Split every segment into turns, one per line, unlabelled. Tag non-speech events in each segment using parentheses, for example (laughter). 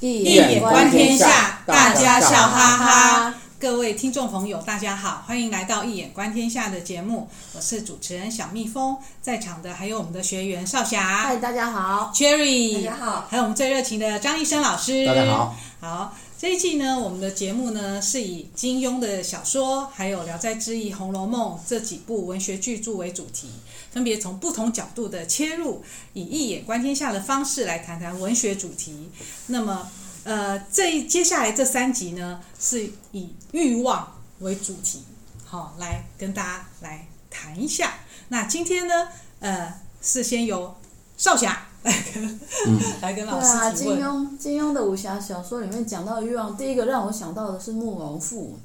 一眼观天下，大家笑哈哈。
各位听众朋友，大家好，欢迎来到《一眼观天下》的节目，我是主持人小蜜蜂，在场的还有我们的学员少
嗨，
侠、
大家好。
Jerry，
大家好
还有我们最热情的张医生老师，
大家好，
好，这一季呢，我们的节目呢是以金庸的小说，还有《聊斋志异》《红楼梦》这几部文学巨著为主题，分别从不同角度的切入，以一眼观天下的方式来谈谈文学主题。那么，呃，这一接下来这三集呢，是以欲望为主题，好、来跟大家来谈一下。那今天呢，呃，是先由少侠来跟、
嗯
(laughs) 来跟
对
老
啊，
师提
金
问。
庸金庸的武侠小说里面讲到的欲望，第一个让我想到的是慕容复，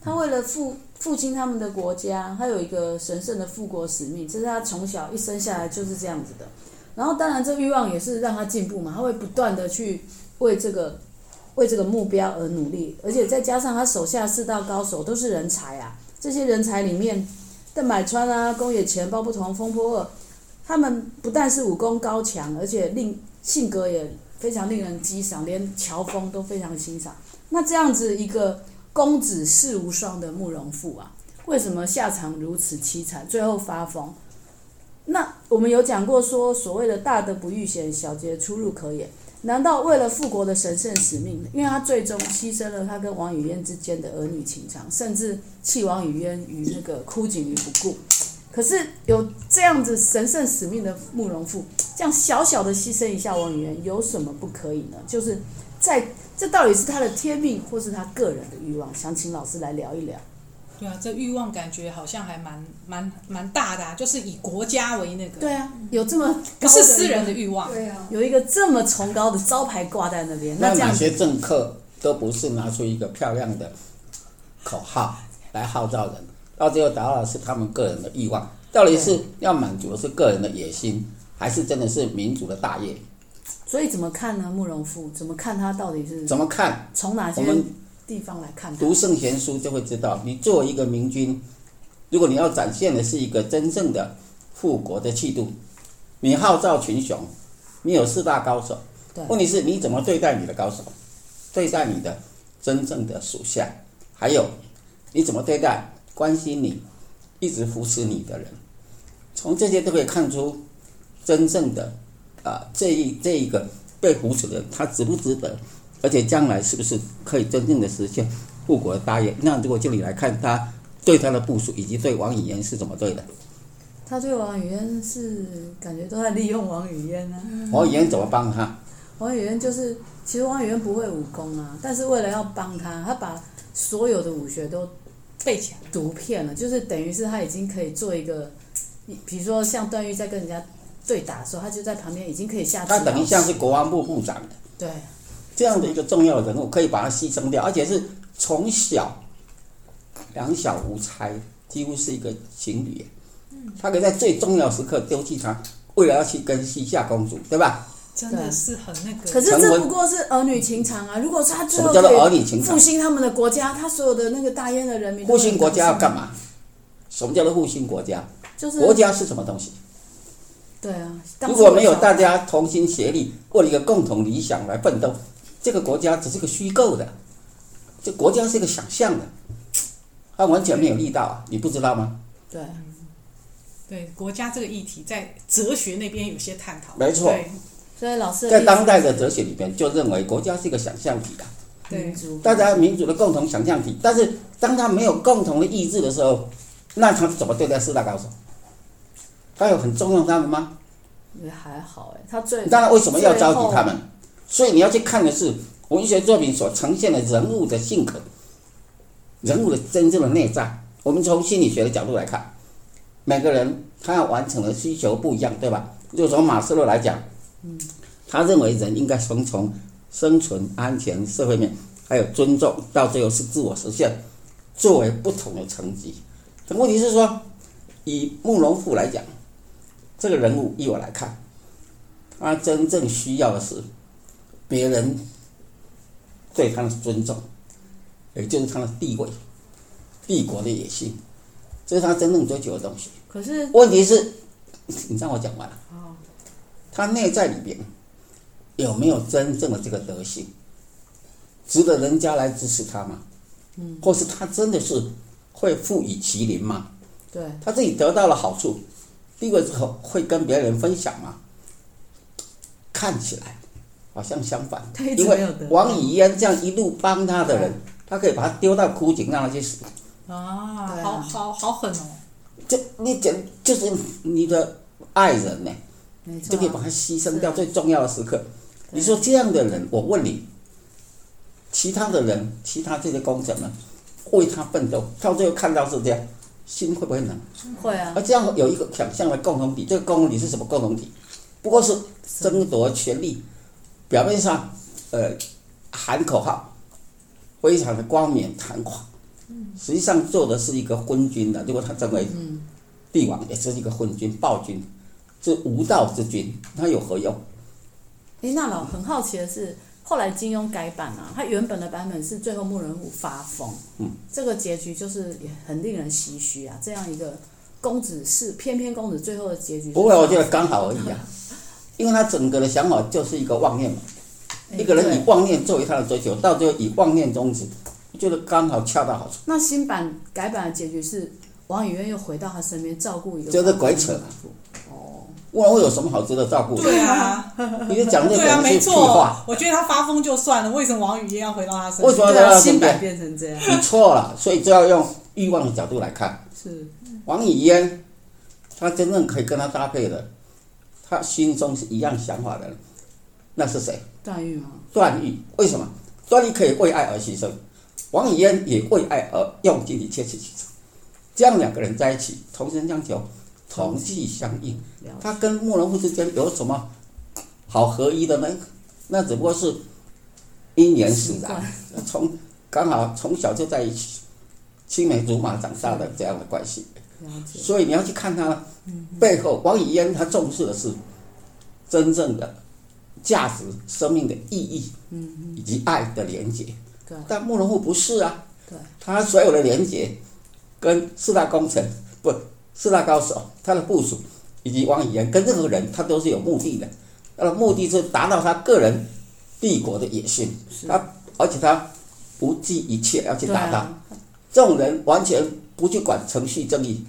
他为了复复兴他们的国家，他有一个神圣的复国使命，这是他从小一生下来就是这样子的。然后当然这欲望也是让他进步嘛，他会不断的去为这个为这个目标而努力，而且再加上他手下四大高手都是人才啊，这些人才里面，邓百川啊、宫野前、包不同、风波二，他们不但是武功高强，而且令性格也非常令人激赏，连乔峰都非常欣赏。那这样子一个公子世无双的慕容复啊，为什么下场如此凄惨，最后发疯？那我们有讲过说，所谓的大德不遇险，小节出入可也。难道为了复国的神圣使命，因为他最终牺牲了他跟王语嫣之间的儿女情长，甚至弃王语嫣与那个枯井于不顾？可是有这样子神圣使命的慕容复，这样小小的牺牲一下王语嫣，有什么不可以呢？就是在这到底是他的天命，或是他个人的欲望？想请老师来聊一聊。
对啊，这欲望感觉好像还蛮蛮蛮大的、啊，就是以国家为那个，
对啊，有这么
不是私人的欲望。
对啊，
有一个这么崇高的招牌挂在那边，那
那
这样
哪
子
些政客都不是拿出一个漂亮的口号来号召人，到最后达到的是他们个人的欲望。到底是要满足的是个人的野心，还是真的是民族的大业？
所以怎么看呢？慕容复怎么看他到底是
怎么看？
从哪些
我们
地方来看他？
读圣贤书就会知道，你作为一个明君，如果你要展现的是一个真正的复国的气度，你号召群雄，你有四大高手
对，
问题是你怎么对待你的高手，对待你的真正的属下，还有你怎么对待关心你、一直扶持你的人，从这些都可以看出真正的啊、这一这一个被扶持的人，他值不值得，而且将来是不是可以真正的实现护国的大业？那如果就你来看他对他的部署以及对王语嫣是怎么对的，
他对王语嫣是感觉都在利用王语嫣啊。
王语嫣怎么帮他？
啊王语嫣就是，其实王语嫣不会武功啊，但是为了要帮他，他把所有的武学都
背起来，
读片了，就是等于是他已经可以做一个，比如说像段誉在跟人家对打的时候，他就在旁边已经可以下指
他
导。
等于像是国防部部长
对
这样的一个重要人物，可以把他牺牲掉，而且是从小两小无猜，几乎是一个情侣。
嗯
他可以在最重要时刻丢弃他，为了要去跟西夏公主，对吧？
真的
对
是很那个。
可是
成
这
文
不过是儿女情长啊！如啊果是他最
什
后
么叫做儿
可以
女情长
复？兴他们的国家，他所有的那个大燕的人民都
复
可以
兴国家要
高兴
干？嘛？什么叫做复兴国家？
就是
国家是什么东西？
对啊。当
如
初
果没有大
小
家同心协力，为了一个共同理想来奋斗，这个国家只是个虚构的，这国家是一个想象的，它完全没有力道啊！你不知道吗？
对啊
对国家这个议题，在哲学那边有些探讨。
没错
对
所以老师的
在
意思
当代的哲学里边，就认为国家是一个想象体啊，
对
民族，
大家民族的共同想象体。但是当他没有共同的意志的时候，那他怎么对待四大高手？他有很重用他们吗？
也还好哎，他最
当然，为什么要召集他们？所以你要去看的是文学作品所呈现的人物的性格，人物的真正的内在。我们从心理学的角度来看，每个人他要完成的需求不一样，对吧？就从马斯洛来讲，嗯，他认为人应该从从生存、安全、社会面，还有尊重，到最后是自我实现，作为不同的层级。但问题是说，以慕容复来讲，这个人物依我来看。他真正需要的是别人对他的尊重，也就是他的地位、帝国的野心，这是他真正追求的东西。
可是
问题是， (laughs) 你让我讲完了。他内在里边有没有真正的这个德性？值得人家来支持他吗？嗯，或是他真的是会富以麒麟吗？
对，
他自己得到了好处，第一个是会跟别人分享嘛。看起来好像相反，
他一直
因
没
为
有得到
王以烟这样一路帮他的人，他可以把他丢到枯井，让他去死。
啊，
对啊
好好好狠哦！
这你讲就是你的爱人呢、
没错
就
啊，
可以把它牺牲掉
是
最重要的时刻。你说这样的人，我问你，其他的人，其他这些工程呢，为他奋斗，到最后看到是这样，心会不会冷？
会啊
而，这样有一个想象的共同体，这个共同体是什么共同体？不过是争夺权力，表面上呃喊口号，非常的冠冕堂皇，实际上做的是一个昏君的。如果他成为帝王，也是一个昏君暴君，这无道之君，他有何用？
诶，那老很好奇的是，后来金庸改版啊，他原本的版本是最后牧人虎发疯，嗯，这个结局就是也很令人唏嘘啊。这样一个公子是偏偏公子最后的结局是，
不会，我觉得刚好而已啊，因为他整个的想法就是一个妄念嘛，
诶
一个人以
对
妄念作为他的追求，到最后以妄念终止，我觉得刚好恰到好处。
那新版改版的结局是王语嫣又回到他身边照顾一个，
这是鬼扯啊
哦
不然会有什么好值得照顾的？
对啊，
你就 (laughs) 讲这
对啊，
种
没
是屁
错
话，。
我觉得他发疯就算了，为什么王语嫣要回到他身
为
边
什？么要
对
在
啊，
他
新
身
版变
边？
成这样，
你错了，所以就要用欲望的角度来看。
是
王语嫣，她真正可以跟他搭配的，她心中是一样想法的人，那是谁？
段誉吗？
段誉。为什么？段誉可以为爱而牺牲，王语嫣也为爱而用尽一切去牺牲。这样两个人在一起，同声相求，同气相应。
了解
他跟慕容复之间有什么好合一的呢？那只不过是因缘使然，啊从刚好从小就在一起，青梅竹马长大的这样的关系。
了解，
所以你要去看他
嗯
背后，王语嫣她重视的是真正的价值、生命的意义，
嗯
以及爱的连结。
对
但慕容复不是啊，
对，
他所有的连结跟四大功臣不四大高手，他的部署以及王语嫣跟任何人，他都是有目的的。他的目的是达到他个人帝国的野心，
是
他而且他不计一切要去
对
达到。
啊，
这种人完全不去管程序正义，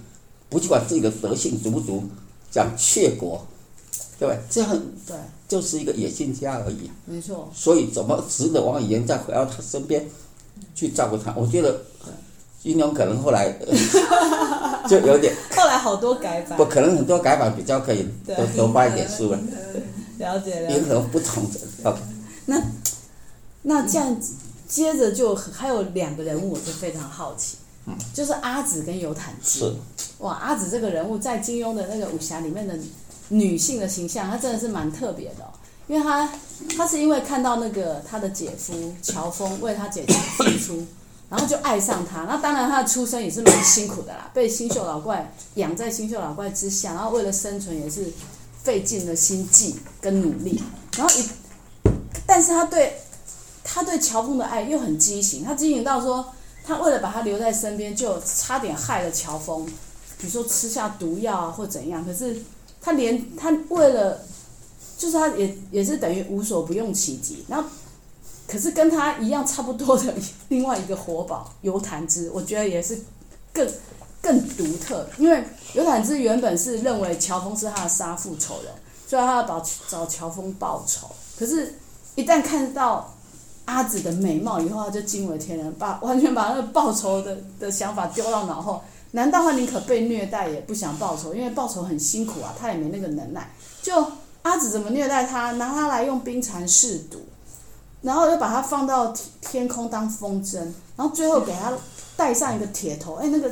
不去管自己的德性足不足，讲窃国，对不对？这样
对，啊
就是一个野心家而已。
没错，
所以怎么值得王语嫣再回到他身边去照顾他？我觉得金庸可能后来、呃就有点
后来好多改版
不，可能很多改版比较可以
对
多多花一点书了，
了解了解
迎合不同的。OK，
那这样接着就还有两个人物，我就非常好奇，就是阿紫跟尤坦之。
是
哇，阿紫这个人物在金庸的那个武侠里面的女性的形象，她真的是蛮特别的、哦，因为她她是因为看到那个她的姐夫乔峰为她姐姐付出，然后就爱上他。那当然，她的出身也是蛮辛苦的啦，被新秀老怪养在新秀老怪之下，然后为了生存也是费尽了心计跟努力。然后一，但是她对她对乔峰的爱又很畸形，她畸形到说。她为了把他留在身边，就差点害了乔峰，比如说吃下毒药啊或怎样，可是他连他为了，就是他也也是等于无所不用其极。然后，可是跟他一样差不多的另外一个活宝尤坦之，我觉得也是更更独特，因为尤坦之原本是认为乔峰是他的杀父仇人，所以他要找找乔峰报仇。可是，一旦看到啊阿紫的美貌以后，他就惊为天人，把完全把那个报仇的的想法丢到脑后。难道他宁可被虐待也不想报仇？因为报仇很辛苦啊，他也没那个能耐。就阿紫怎么虐待他，拿他来用冰蚕试毒，然后又把他放到天天空当风筝，然后最后给他戴上一个铁头，哎，那个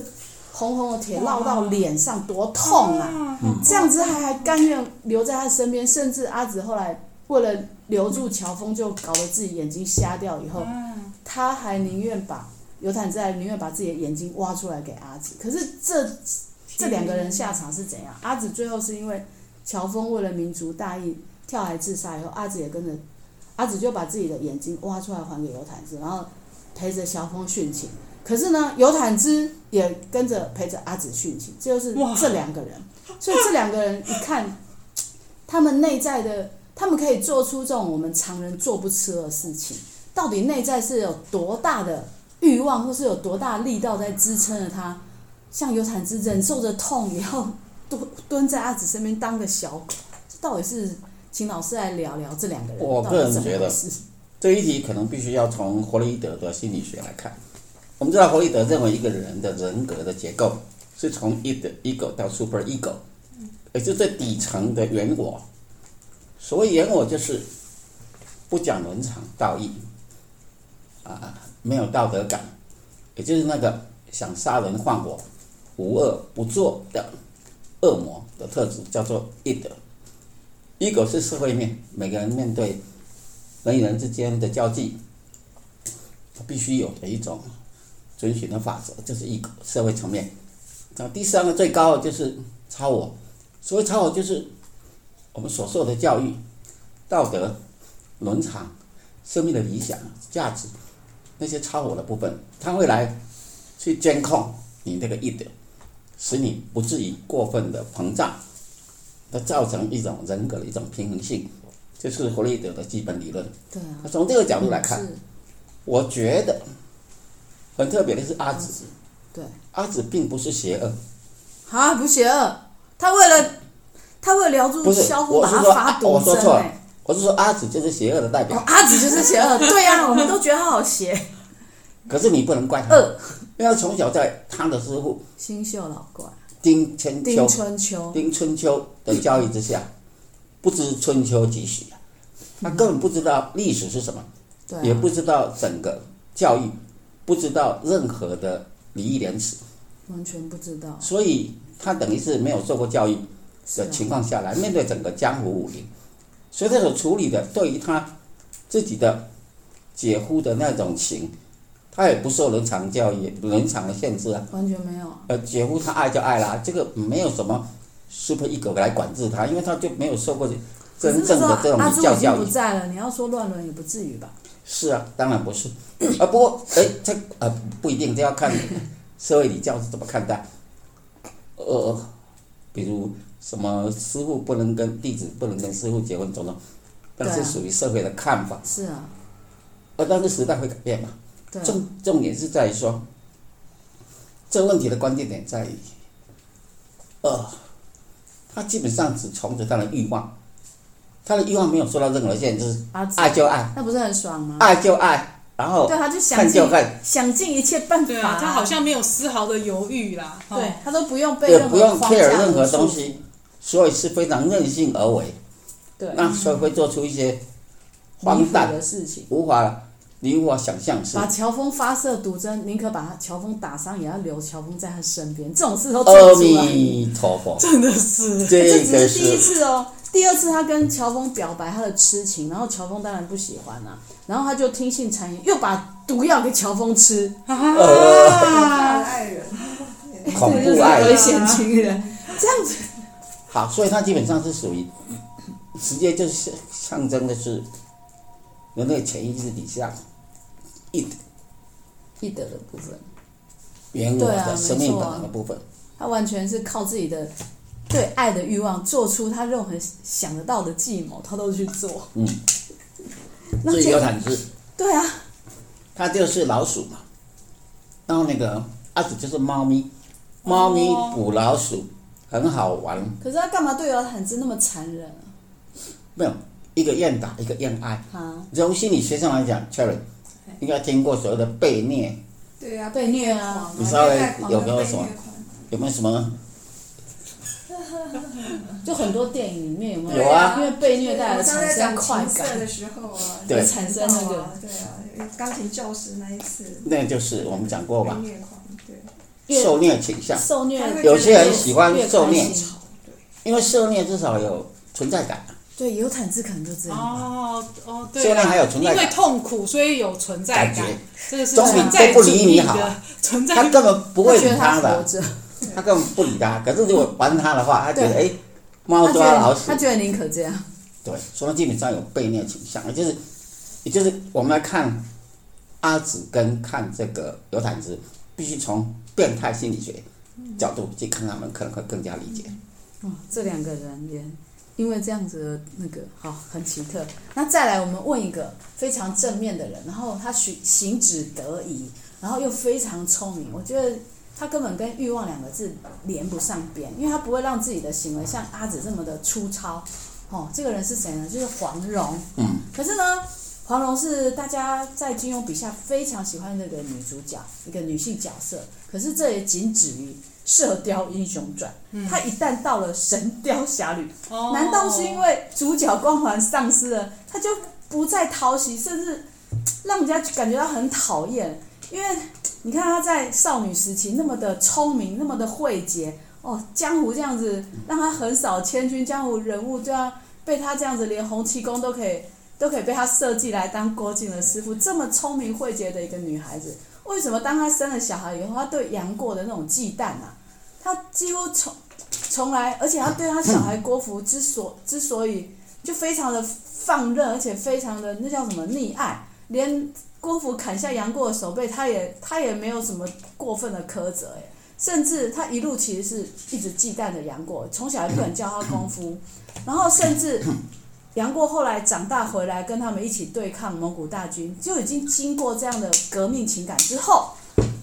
红红的铁烙到脸上，多痛啊！这样子还还甘愿留在他身边，甚至阿紫后来为了留住乔峰，就搞得自己眼睛瞎掉。以后，他还宁愿把尤坦之还宁愿把自己的眼睛挖出来给阿紫。可是这这两个人下场是怎样？阿紫最后是因为乔峰为了民族大义跳海自杀以后，阿紫也跟着，阿紫就把自己的眼睛挖出来还给尤坦之，然后陪着乔峰殉情。可是呢，尤坦之也跟着陪着阿紫殉情，这就是
哇
这两个人。所以这两个人一看，他们内在的，他们可以做出这种我们常人做不出的事情，到底内在是有多大的欲望，或是有多大的力道在支撑着他。像有产子忍受着痛也要蹲蹲在阿紫身边当个小狗，这到底是请老师来聊聊这两个人
我
到
个
底
人
怎么
觉
回
得
事？
这一题可能必须要从弗洛伊德的心理学来看。我们知道弗洛伊德认为一个人的人格的结构是从 id ego 到 super ego，也就是最底层的原我。所谓原我就是不讲伦常道义，啊，没有道德感，也就是那个想杀人放火、无恶不作的恶魔的特质，叫做 id。ego 是社会面，每个人面对人与人之间的交际，它必须有的一种遵循的法则，这是一个社会层面。那第三个最高的就是超我，所谓超我就是我们所受的教育、道德、伦常、生命的理想、价值那些超我的部分，它会来去监控你这个意德，使你不至于过分的膨胀，它造成一种人格的一种平衡性，这是弗洛伊德的基本理论。
对啊，
那从这个角度来看，
嗯是
我觉得很特别的是阿紫，
对
阿紫并不是邪恶，
啊，不邪恶，他为了他为了聊住
不是
萧红，
我
把
是
他
说
发
我
毒
说
针
错了
哎、
我是说阿紫就是邪恶的代
哦
表。
阿紫就是邪恶，对
(laughs)
啊，我们都觉得他好邪
可是你不能怪他，
恶，
因为他从小在他的师傅
新秀老怪
丁千
丁
秋、
春秋，
丁春秋的教育之下，不知春秋几许啊，他根本不知道历史是什么，
对、
也
啊，
不知道整个教育，不知道任何的礼义廉耻，
完全不知道，
所以他等于是没有受过教育。
是
的
啊
情况下来面对整个江湖武林，所以他所处理的对于他自己的姐夫的那种情，他也不受伦常教育、伦常的限制啊。
完全没有，
呃，姐夫他爱就爱啦，这个没有什么 super ego 来管制他，因为他就没有受过
可是
真正
那时
的这
候
种
阿
礼
朱
教
已
教
经
育
不。在了，你要说乱伦也不至于吧？
是啊，当然不是。啊，不过哎，这呃不一定，这要看社会礼教是怎么看待。呃，比如什么师傅不能跟弟子不能跟师傅结婚，种种，那
对
是
啊
属于社会的看法。
是啊，
呃，但是时代会改变嘛。
对啊，
重重点是在于说，这个问题的关键点在于，呃，他基本上只从着他的欲望，他的欲望没有受到任何限制，
阿紫
爱就爱，
那不是很爽吗？
爱就爱，然后
对，他就想
看
尽
就看。
想尽一切办法，
对啊，他好像没有丝毫的犹豫啦。哦
对他都不用被
也
任
不
何
用
框
care
架
任何
所
东
束缚
西，，所以是非常任性而为，
对，
那所以会做出一
嗯
些
离
荒
谱
诞、
的事情。
无法你无法想象的事。
把乔峰发射毒针，宁可把他乔峰打伤，也要留乔峰在他身边。这种事都做
阿
出来，
弥陀佛，
真的是，
这
(laughs) 这
只
个
是第一
是
次哦。第二次他跟乔峰表白他的痴情，然后乔峰当然不喜欢啦、啊然后他就听信谗言，又把毒药给乔峰吃，
大
呃
爱人，
恐
这就是
怖爱
危
人。
险 (laughs) 情人。这样子
好，所以它基本上是属于直接就是象征的是人类潜意识底下一
易德的部分，
原我
对啊
的生命
没错
本
啊
能的部分。
他完全是靠自己的对爱的欲望，做出他任何想得到的计谋，他都去做。 (laughs)
嗯，
那
所以
这
有产值。
对啊，
它就是老鼠嘛，然后那个阿紫就是猫咪，猫咪捕老鼠很好玩，
可是他干嘛对姚坦之那么残忍啊？
没有一个愿打一个愿挨。
啊，
从心理学上来讲，Cherry 应该听过所谓的被虐，
对呀、
被虐啊
你稍微有没
没
有什么有没有什么？
就很多电影里面有没有？
有啊
因为被虐待而产
在
生
讲
快
情色
感，
的时候啊，
对
而产生那个
啊，对啊，钢琴教师那一次
那就是我们讲过
被
吧，
虐狂，对， (laughs)
越
受虐倾向。
受虐，
他会
有些人喜欢
越开
受虐，
心
因为受虐至少有存在感，
对，有坦之可能就这样。
哦哦，对啊，
虽然还有存在
因
感
为痛苦，所以有存在
感
感
觉，
这个是
终于
存在
都不
主
理
义
你
的
好
存在
他根本不会
觉
理
得他活
的，
着，
他根本不理他。可是如果玩他的话，他觉得哎，猫
他觉
抓
得
老鼠
他，觉得宁可这样。
对，所以基本上有被虐倾向，也就是，也就是我们来看阿紫跟看这个尤坦之，必须从变态心理学角度去看他们，可能会更加理解。
哇，这两个人也因为这样子的那个好很奇特。那再来，我们问一个非常正面的人，然后他行行止得宜，然后又非常聪明，我觉得他根本跟欲望两个字连不上边，因为他不会让自己的行为像阿紫这么的粗糙。哦，这个人是谁呢？就是黄蓉。
嗯，
可是呢，黄蓉是大家在金庸笔下非常喜欢的一个女主角，一个女性角色。可是这也仅止于《射雕英雄传》她一旦到了《神雕侠侣》
哦
难道是因为主角光环丧失了，他就不再讨喜，甚至让人家感觉到很讨厌？因为你看他在少女时期那么的聪明，那么的慧解，哦，江湖这样子让他横扫千军，江湖人物就要被他这样子，连洪七公都可以都可以被他设计来当郭靖的师傅，这么聪明慧解的一个女孩子，为什么当她生了小孩以后，她对杨过的那种忌惮啊，她几乎从从来，而且她对她小孩郭芙之所之所以就非常的放任，而且非常的那叫什么溺爱，连郭芙砍下杨过的手背，她也她也没有什么过分的苛责、欸，甚至她一路其实是一直忌惮着杨过，从小也不肯教他功夫，然后甚至。杨过后来长大回来，跟他们一起对抗蒙古大军，就已经经过这样的革命情感之后，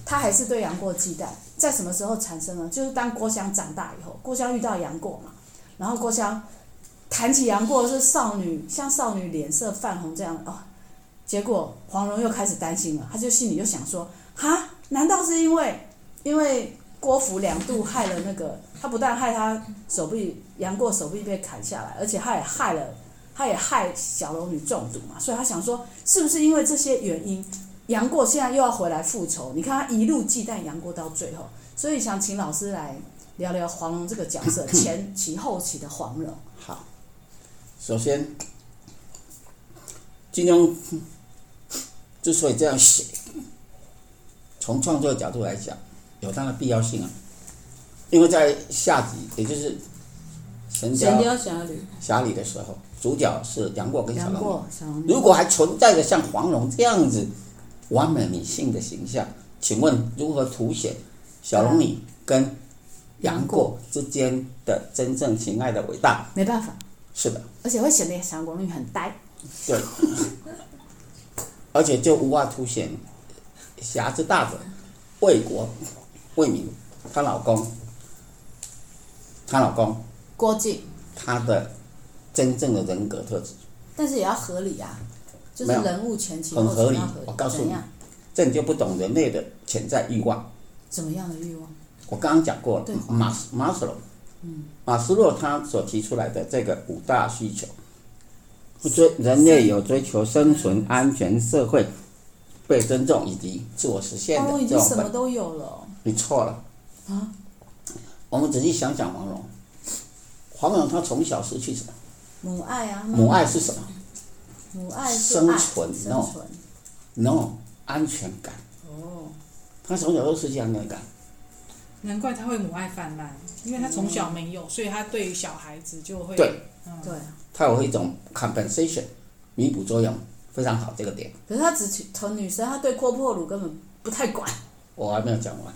他还是对杨过忌惮。在什么时候产生呢？就是当郭襄长大以后，郭襄遇到杨过嘛，然后郭襄谈起杨过是少女，像少女脸色泛红这样哦。结果黄蓉又开始担心了，她就心里就想说：哈，难道是因为因为郭芙两度害了那个？他不但害他手臂，杨过手臂被砍下来，而且他也害了他也害小龙女中毒嘛，所以他想说，是不是因为这些原因，杨过现在又要回来复仇？你看他一路忌惮杨过到最后，所以想请老师来聊聊黄蓉这个角
(coughs)
色前期后期的黄蓉。
好，首先，金庸之所以这样写，从创作角度来讲，有它的必要性啊。因为在下集，也就是《神雕
侠侣，
侠侣》的时候，主角是杨过跟小
杨
龙女。
过、小龙女，
如果还存在着像黄蓉这样子完美女性的形象，请问如何凸显小龙女跟杨过之间的真正情爱的伟大？
没办法，
是的，
而且会显得小龙女很呆。
对，而且就无法凸显侠之大者，为国为民。她老公，她老公
郭靖，
他的真正的人格特质，
但是也要合理啊，就是
没有
人物前期
很
后
合
期
理
要合理。
我告诉你
怎样
这你就不懂人类的潜在欲望。
怎么样的欲望？
我刚刚讲过了
对，嗯
马斯马斯洛，马斯洛他所提出来的这个五大需求，追人类有追求生存、安全、社会、被尊重以及自我实现
黄
的
哦蓉已
这
经
种
什么
本，
都有了，
你错了
啊！
我们仔细想想黄蓉，黄蓉她从小失去什么？
母爱啊，妈妈
母爱是什么
母爱是
生
爱
存哦
生
，no
存。
？no 安全感，
哦，
她从小都失去安全感。
难怪他会母爱泛滥，因为他从小没有，所以他对于小孩子就会
对
嗯
对啊。
它有一种 compensation 弥补作用，非常好这个点，
可是他只疼女生，他对郭破乳根本不太管。
我还没有讲完，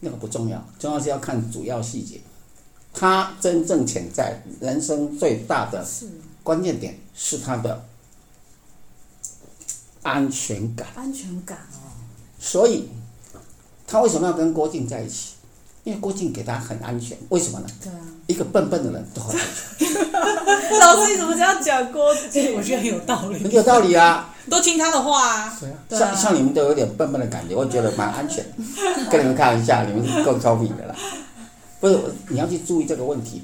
那个不重要，重要是要看主要细节。它真正潜在人生最大的
是
关键点是它的安全感，
安全感哦，
所以他为什么要跟郭靖在一起？因为郭靖给他很安全，为什么呢？
对啊。
一个笨笨的人都很安
老师，你怎么这样讲郭靖？
(laughs) 我觉得很有道理
全，，很有道理啊。
都听他的话啊。
对啊，
对啊
像像你们都有点笨笨的感觉，我觉得蛮安全。
(laughs)
跟你们开玩笑，你们是够聪明的啦。不是，你要去注意这个问题。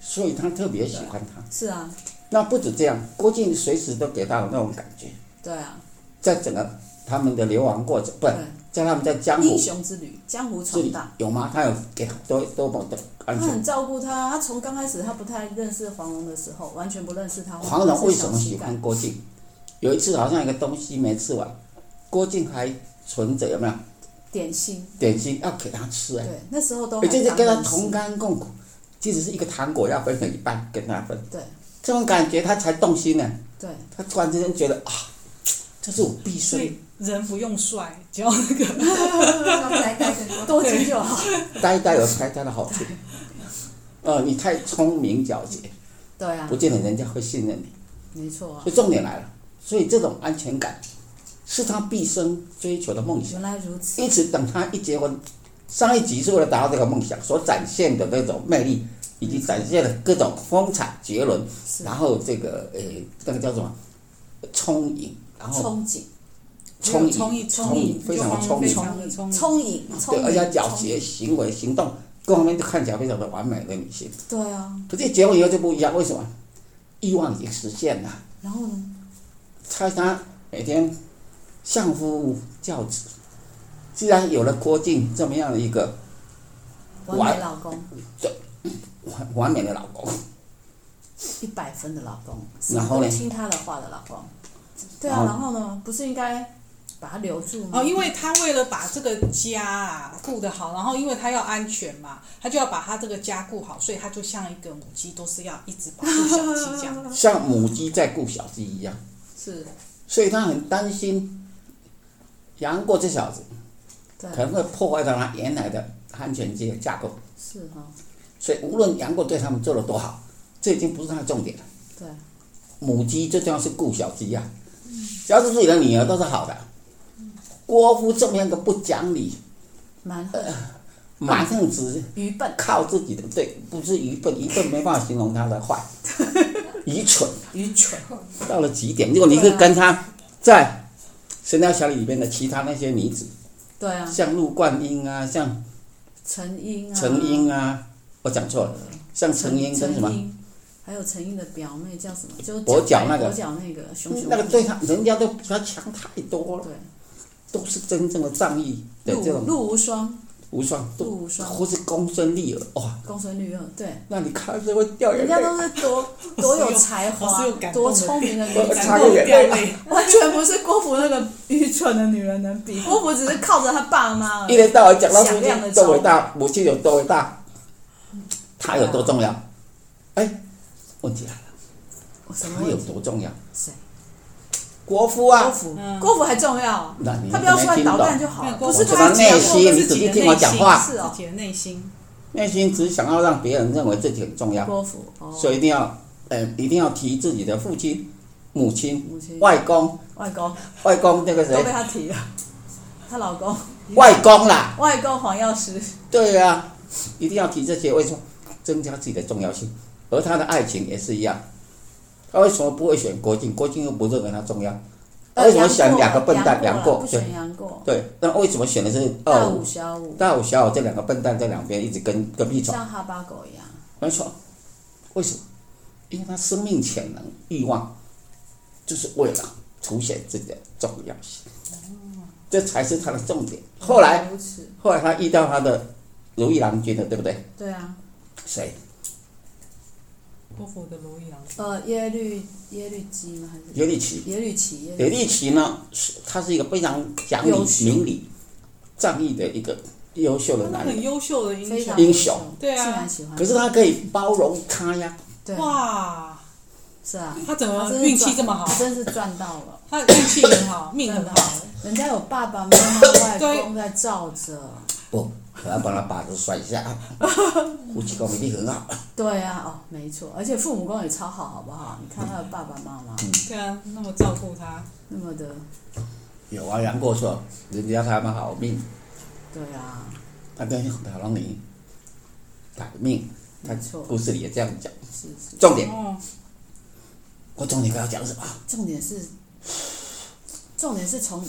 所以他特别喜欢他。
是啊，
那不止这样，郭靖随时都给他有那种感觉，
对啊，
在整个他们的流亡过程，不
对
是，在他们在嗯江湖
英雄之旅，江湖
这
闯
里
荡。
有吗？他有给他多多么的
他
安全？
很照顾他，他从刚开始他不太认识黄蓉的时候，完全不认识他。
黄蓉为什么
是小
喜
气概
欢？郭靖？有一次好像一个东西没吃完，郭靖还存着有没有
点心，
点心要给他吃、哎。
对，那时候都
也
还
就是跟
当
他
人
同
质
甘共苦，即使是一个糖果要分成一半跟他分，
对
这种感觉他才动心呢。
对，
他突然之间觉得啊，这是我毕
所
生
以人不用帅，只要那 (laughs) 个
要来改更多。
多金就好。
呆呆有呆呆的好处。呃，你太聪明皎洁，
对啊
不，见得人家会信任你。
没错啊
所，以重点来了，所以这种安全感是他毕生追求的梦想。
原来如此，
因此，等他一结婚，上一集是为了达到这个梦想所展现的那种魅力，以及展现的各种风采绝伦，
是
然后这个诶，那个叫什么？充盈，然后
憧憬、
充盈，
冲一
充
冲
盈，非常的充
非
盈，
常的充
充盈、憧
对，
憬
而且她皎洁，行为、行动各方面都看起来非常的完美的女性。
对啊，
可是结婚以后就不一样，为什么？欲望已经实现了，
然后呢，
她她每天相夫教子，既然有了郭靖这么样的一个。
完美老公，
完完美的老公，
一百分的老公，
然后呢
什么都听他的话的老公，对
然后
啊，
呢
然后呢，不是应该把他留住吗？
哦，因为他为了把这个家啊顾得好，然后因为他要安全嘛，他就要把他这个家顾好，所以他就像一个母鸡，都是要一直保护小鸡这 (laughs) 样。
像母鸡在顾小鸡一样，
是，
所以他很担心杨过这小子
对
可，能会破坏到他原来的安全机的架构。
是哈、
所以无论杨过对他们做的多好，这已经不是他的重点了。
对，
母鸡最重要是顾小鸡呀、只要是自己的女儿都是好的。郭芙这么样一个不讲理、
蛮横
蛮横直、
愚笨、
靠自己的对，不是愚笨，愚笨没办法形容他的坏，愚蠢。
愚蠢，
到了极点。如果你是跟他在《神雕侠侣》里面的其他那些女子，
对啊，
像陆冠英啊，像
成因啊，
程英啊，我讲错了，像程英跟什
陈
么，
英还有陈英的表妹叫什么？就是
跛脚那个
跛脚那个熊熊
那个对他人家都比他强太多了，
对，
都是真正的仗义的这
陆
种
陆无双，
无双，都
陆无双，
或是公孙丽儿哇，
公孙绿二，对，
那你看着会掉眼
人家
泪。
都是多多有才
(laughs) 我
华
是有感、动的
多聪明的女
我
人，
差
(laughs)
点
掉泪。
(laughs) 完全不是郭芙那个愚蠢的女人能
(laughs)
比。郭芙只是靠着她爸妈而
一
已，
天到晚讲到父
呃响亮的嗯
亲多伟
照
大，母亲有多伟大，他有多重要？哎，问题来了，
什啊么
他有多重要？
谁？
国父
郭
啊，
芙，
嗯
郭芙还重要，
那你
她不要出
嗯没
来
听
捣
懂
蛋。就好了，
没有
不是
我知
她
道内
强迫
心，你
自
仔
己
细
的
听我讲话。
是哦
自己的内心，
内心只想要让别人认为自己很重要，
郭芙，哦
所以一定要，呃，一定要提自己的父亲、母亲、
母亲
外公、
外公
外公那个
都被
谁，
她提了， (laughs) 她老公
外公啦，
外公黄药师，
对啊，一定要提这些，为什么增加自己的重要性？而他的爱情也是一样，他为什么不会选郭靖？郭靖又不认为他重要，他为什么选两个笨蛋
杨
杨
过啦
过
不？
对
选杨过，
对，那为什么选的是
大
二
武
五、
小五，
大五、小五这两个笨蛋在两边一直跟跟屁虫？
像哈巴狗一样，
没错，为什么？因为他生命潜能、欲望，就是为了凸显自己的重要性，这才是他的重点。后来，
嗯如此，
后来他遇到他的如意郎君了，对不对？
对啊，
谁？
郭芙的如意郎
呃，耶律耶律基吗？还是
尤利奇。
耶律齐？耶律
尤利奇呢，是他是一个非常讲理
优、秀
明理、仗义的一个优秀的
他
男
很
人，
优秀的英
非
雄
常，
英
优
雄
秀
对啊
竟然喜欢，
可是他可以包容他呀。
对，
哇，
是啊，
他怎
他
么
真是
运气
赚
这么好？
真是赚到了，
他 (laughs) 运气很好，命
赚
很
到
好。
了，人家有爸爸妈妈、外
对 (laughs)
公在罩着，
不，我要帮他把子甩下。夫妻宫一定很好。
对啊，哦，没错，而且父母官也超好，好不好？你看他的爸爸妈妈
对啊，那么照顾他，
那么的，
有啊，杨过说，人家他们好命，
对啊，
他跟小龙女改命，他
没错
故事里也这样讲。
是是，
重点，
哦，
我重点要讲什么？
重点是，重点是从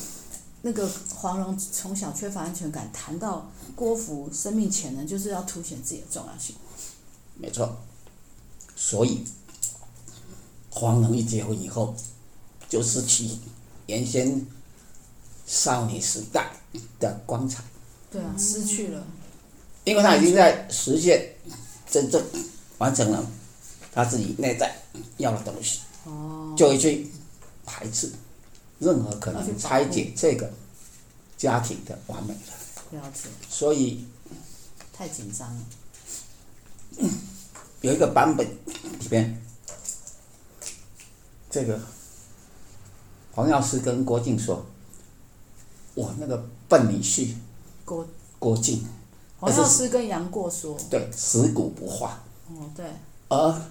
那个黄蓉从小缺乏安全感谈到郭芙生命潜能，就是要凸显自己的重要性。
没错，所以黄蓉一结婚以后，就失去原先少女时代的光彩，
对啊，失去了，
因为她已经在实现真正完成了她自己内在要的东西。
哦，
就会去排斥任何可能拆解这个家庭的完美了。
了解，
所以
太紧张了，
有一个版本里边，这个黄药师跟郭靖说：“我那个笨女婿
郭
郭靖，
黄药师跟杨过说，
对，死骨不化，
哦，对，
而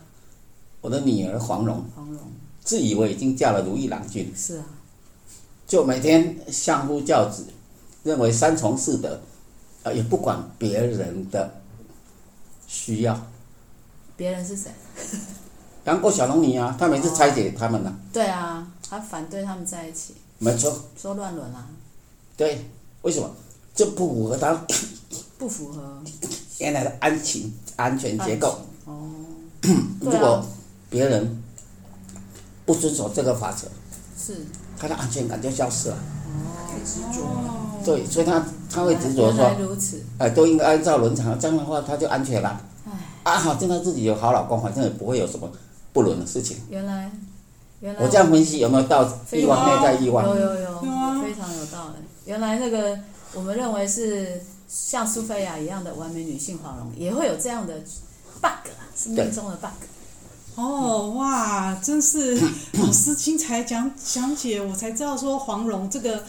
我的女儿黄蓉
黄蓉
自以为已经嫁了如意郎君，
是啊，
就每天相夫教子，认为三从四德，呃，也不管别人的需要。
别人是谁？
杨过小龙女啊，她每次拆解他们呢、
对啊，他反对他们在一起，
没错，
说乱伦啊，
对，为什么？这不符合她
不符合
原来的安情安全结构。
哦，
如 (clears throat)
对
果
啊，
别人不遵守这个法则，
是
他的安全感就消失了。
太
(laughs)
执着了，
哦
对，所以他他会执着
原来
说，
如此，
哎，都应该按照伦常，这样的话他就安全了。啊，好，现在自己有好老公，反正也不会有什么不伦的事情。
原来原来
我这样分析有没有到欲望内在欲望？
有有有
有啊
非常有道理。原来那个我们认为是像苏菲亚一样的完美女性黄蓉，也会有这样的 bug 啊，生命中的 bug。
哦，哇，真是老师精彩讲讲解，我才知道说黄蓉这个。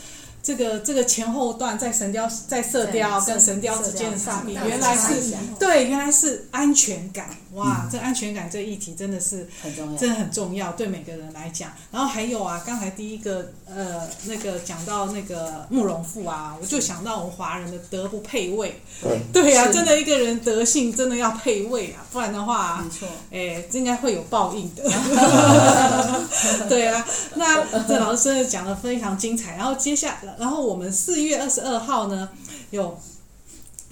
这个这个前后段在《神雕》在《射雕》
对
跟《神雕》
射
之间的
射雕
差别，
大
原来
差
是
异
对，原来是安全感。
嗯
哇，这安全感这议题真的是
很重要。
真的很重要，对每个人来讲。然后还有啊，刚才第一个呃那个讲到那个慕容复啊，我就想到我们华人的德不配位。
对，
对啊，
是
真的一个人德性真的要配位啊，不然的话
没，错，
哎，这应该会有报应的。 (laughs) 对啊，那这老师真的讲的非常精彩。然后接下来，然后我们四月二十二号呢有。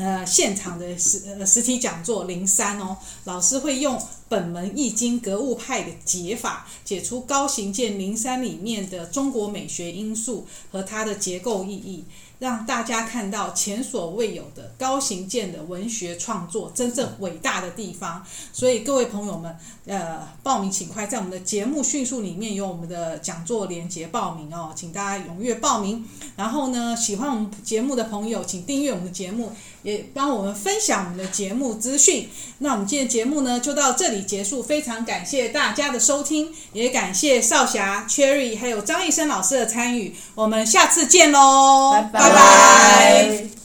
呃，现场的实呃实体讲座零三哦，老师会用本门易经格物派的解法，解出高行健零三里面的中国美学因素和它的结构意义，让大家看到前所未有的高行健的文学创作真正伟大的地方。所以各位朋友们，呃，报名请快，在我们的节目迅速里面有我们的讲座连接报名哦，请大家踊跃报名。然后呢，喜欢我们节目的朋友，请订阅我们的节目，也帮我们分享我们的节目资讯。那我们今天的节目呢，就到这里结束，非常感谢大家的收听，也感谢少侠、Cherry 还有张医生老师的参与，我们下次见喽，
拜
拜拜